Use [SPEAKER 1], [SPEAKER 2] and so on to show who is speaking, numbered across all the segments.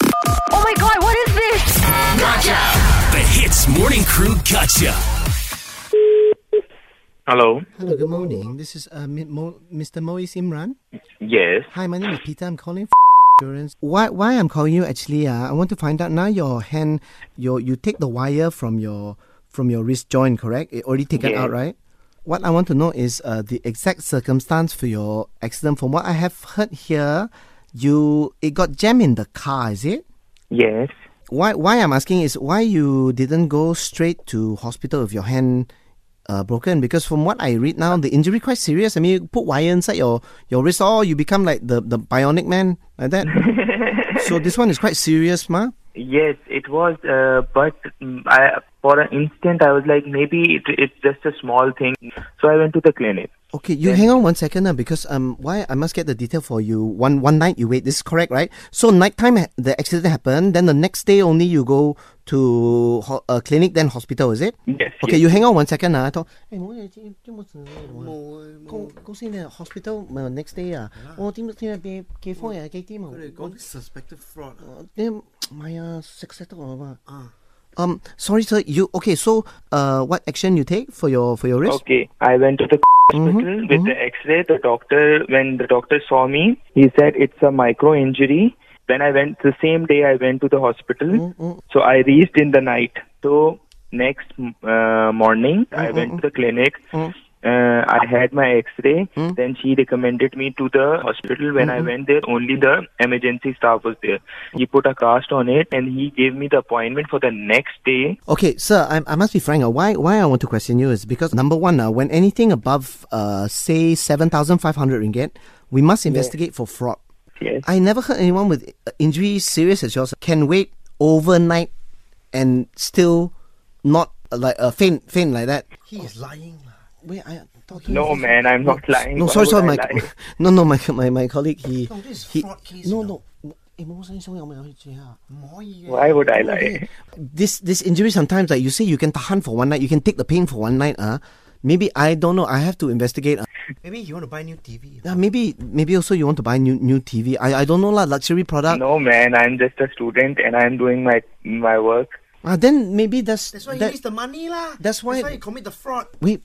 [SPEAKER 1] Oh my god, what is this?
[SPEAKER 2] The Hits Morning Crew Gotcha.
[SPEAKER 3] Hello.
[SPEAKER 4] Hello, good morning. This is uh, Mi- Mo- Mr. Moise Imran.
[SPEAKER 3] Yes.
[SPEAKER 4] Hi, my name is Peter. I'm calling for insurance. Why? Why I'm calling you? Actually, uh, I want to find out now. Your hand, your you take the wire from your from your wrist joint, correct? It already taken out,
[SPEAKER 3] Yeah.
[SPEAKER 4] right? What I want to know is uh, the exact circumstance for your accident. From what I have heard here, you it got jammed in the car. Is it?
[SPEAKER 3] Yes.
[SPEAKER 4] Why? Why I'm asking is why you didn't go straight to hospital with your hand uh, broken? Because from what I read now, the injury quite serious. I mean, you put wire inside your your wrist, or you become like the the bionic man like that. so this one is quite serious, ma.
[SPEAKER 3] Yes, it was. Uh, but mm, I, for an instant, I was like, maybe it, it's just a small thing. So I went to the clinic.
[SPEAKER 4] Okay, you hang on one second now because um, why I must get the detail for you. One one night you wait. This is correct, right? So nighttime ha- the accident happened. Then the next day only you go to ho- uh, clinic, then hospital. Is it?
[SPEAKER 3] Yes.
[SPEAKER 4] Okay, you hang on one second. Ah, I thought, hey, mo, eh, ji- ji mo zhi wei mo. Go go see the hospital uh, next day. Ah, oh, ji mo zhi wei be- ke fong ya, ke ti mo.
[SPEAKER 5] Got suspected fraud.
[SPEAKER 4] oh." Uh, Then my uh, success Um, sorry, sir. You okay? So, uh, what action you take for your for your wrist?
[SPEAKER 3] Okay. I went to the hospital
[SPEAKER 4] Mm-hmm,
[SPEAKER 3] with the X-ray. The doctor, when the doctor saw me, he said it's a micro injury. When I went the same day, I went to the hospital.
[SPEAKER 4] Mm,
[SPEAKER 3] So I reached in the night. So next m- uh, morning,
[SPEAKER 4] Mm,
[SPEAKER 3] I went to the clinic. Uh, I had my X-ray.
[SPEAKER 4] Mm.
[SPEAKER 3] Then she recommended me to the hospital. When I
[SPEAKER 4] Mm-hmm.
[SPEAKER 3] went there, only the emergency staff was there. He put a cast on it, and he gave me the appointment for the next day.
[SPEAKER 4] Okay, sir, I, I must be frank. Uh, why why I want to question you is because number one, uh, when anything above uh, say seven thousand five hundred ringgit, we must investigate for fraud.
[SPEAKER 3] Yes.
[SPEAKER 4] I never heard anyone with uh, injury serious as yours can wait overnight and still not uh, like uh, faint faint like that.
[SPEAKER 5] He is lying. lah.
[SPEAKER 4] Wait, I thought he
[SPEAKER 3] No,
[SPEAKER 4] was-
[SPEAKER 3] man, I'm not lying.
[SPEAKER 4] No,
[SPEAKER 3] Why would
[SPEAKER 4] sorry,
[SPEAKER 3] I
[SPEAKER 4] sorry, my
[SPEAKER 3] lie?
[SPEAKER 4] no, no, my my, my colleague he
[SPEAKER 5] No, this is
[SPEAKER 4] he
[SPEAKER 5] fraud case,
[SPEAKER 4] no
[SPEAKER 5] you know.
[SPEAKER 4] no. Eh, 冇聲，所以我咪可以知下。
[SPEAKER 5] Moy, eh.
[SPEAKER 3] Why would I lie?
[SPEAKER 4] This this injury sometimes like you say you can tahan for one night, you can take the pain for one night, uh. Maybe I don't know. I have to investigate. Uh.
[SPEAKER 5] Maybe he want to buy new TV.
[SPEAKER 4] Yeah, maybe maybe also you want to buy new new TV. I I don't know lah. Luxury product.
[SPEAKER 3] No, man, I'm just a student and I'm doing my my work.
[SPEAKER 4] Ah, then maybe that's
[SPEAKER 5] That's why he
[SPEAKER 4] that-
[SPEAKER 5] needs the money lah.
[SPEAKER 4] that's why-
[SPEAKER 5] That's why he commit the fraud.
[SPEAKER 4] Wait,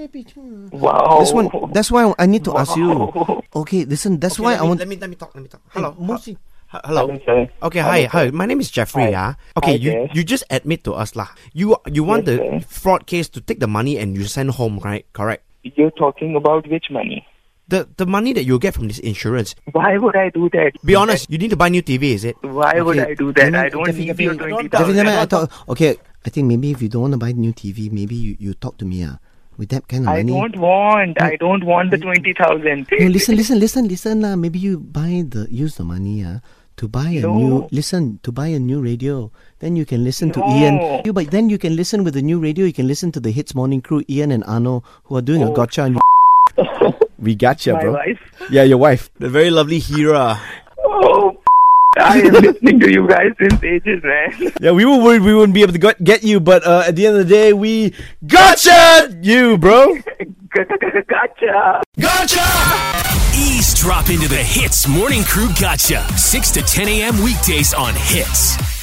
[SPEAKER 4] this
[SPEAKER 3] Wow.
[SPEAKER 4] one. That's why I need to ask you.
[SPEAKER 3] Oh. Wow.
[SPEAKER 4] Okay, listen. That's
[SPEAKER 5] Okay,
[SPEAKER 4] why
[SPEAKER 5] let
[SPEAKER 4] I
[SPEAKER 5] me,
[SPEAKER 4] want.
[SPEAKER 5] Let me let me talk. Let me talk. Hello.
[SPEAKER 4] Hey, Mosi-
[SPEAKER 5] H- Hello.
[SPEAKER 3] Hello, sir.
[SPEAKER 5] Okay.
[SPEAKER 3] Hello,
[SPEAKER 5] Hi.
[SPEAKER 3] sir.
[SPEAKER 5] Hi. My name is Jeffrey.
[SPEAKER 3] Hi.
[SPEAKER 5] Ah.
[SPEAKER 3] Hi,
[SPEAKER 5] Okay. you
[SPEAKER 3] Jeff.
[SPEAKER 5] you just admit to us lah. You you want
[SPEAKER 3] Yes,
[SPEAKER 5] the
[SPEAKER 3] sir.
[SPEAKER 5] fraud case to take the money and you send home, right? Correct.
[SPEAKER 3] You're talking about which money?
[SPEAKER 5] The the money that you get from this insurance.
[SPEAKER 3] Why would I do that?
[SPEAKER 5] Be honest. You need to buy new TV. Is it?
[SPEAKER 3] Why would I do that? I don't need your twenty
[SPEAKER 4] Definitely,
[SPEAKER 3] thousand.
[SPEAKER 4] I thought. Okay, I think maybe if you don't want to buy new TV, maybe you, you talk to me. Ah, with that kind of
[SPEAKER 3] I
[SPEAKER 4] money.
[SPEAKER 3] don't want. I don't want the twenty thousand.
[SPEAKER 4] No, listen, listen, listen, listen. lah. Maybe you buy the use the money ah to buy a
[SPEAKER 3] No.
[SPEAKER 4] new listen to buy a new radio. Then you can listen to Ian.
[SPEAKER 3] No.
[SPEAKER 4] You but then you can listen with the new radio. You can listen to the Hits Morning Crew, Ian and Arno, who are doing
[SPEAKER 3] Oh,
[SPEAKER 4] a gotcha. And
[SPEAKER 6] We gotcha,
[SPEAKER 3] My
[SPEAKER 6] bro.
[SPEAKER 3] wife.
[SPEAKER 6] Yeah, your wife.
[SPEAKER 5] The very lovely Hira.
[SPEAKER 3] Oh, I am listening to you guys since ages, man.
[SPEAKER 6] Yeah, we were worried we wouldn't be able to got- get you, but uh, at the end of the day, we gotcha you, bro.
[SPEAKER 3] gotcha.
[SPEAKER 2] Ease drop into the Hits Morning Crew Gotcha. 6 to 10 a.m. weekdays on Hits.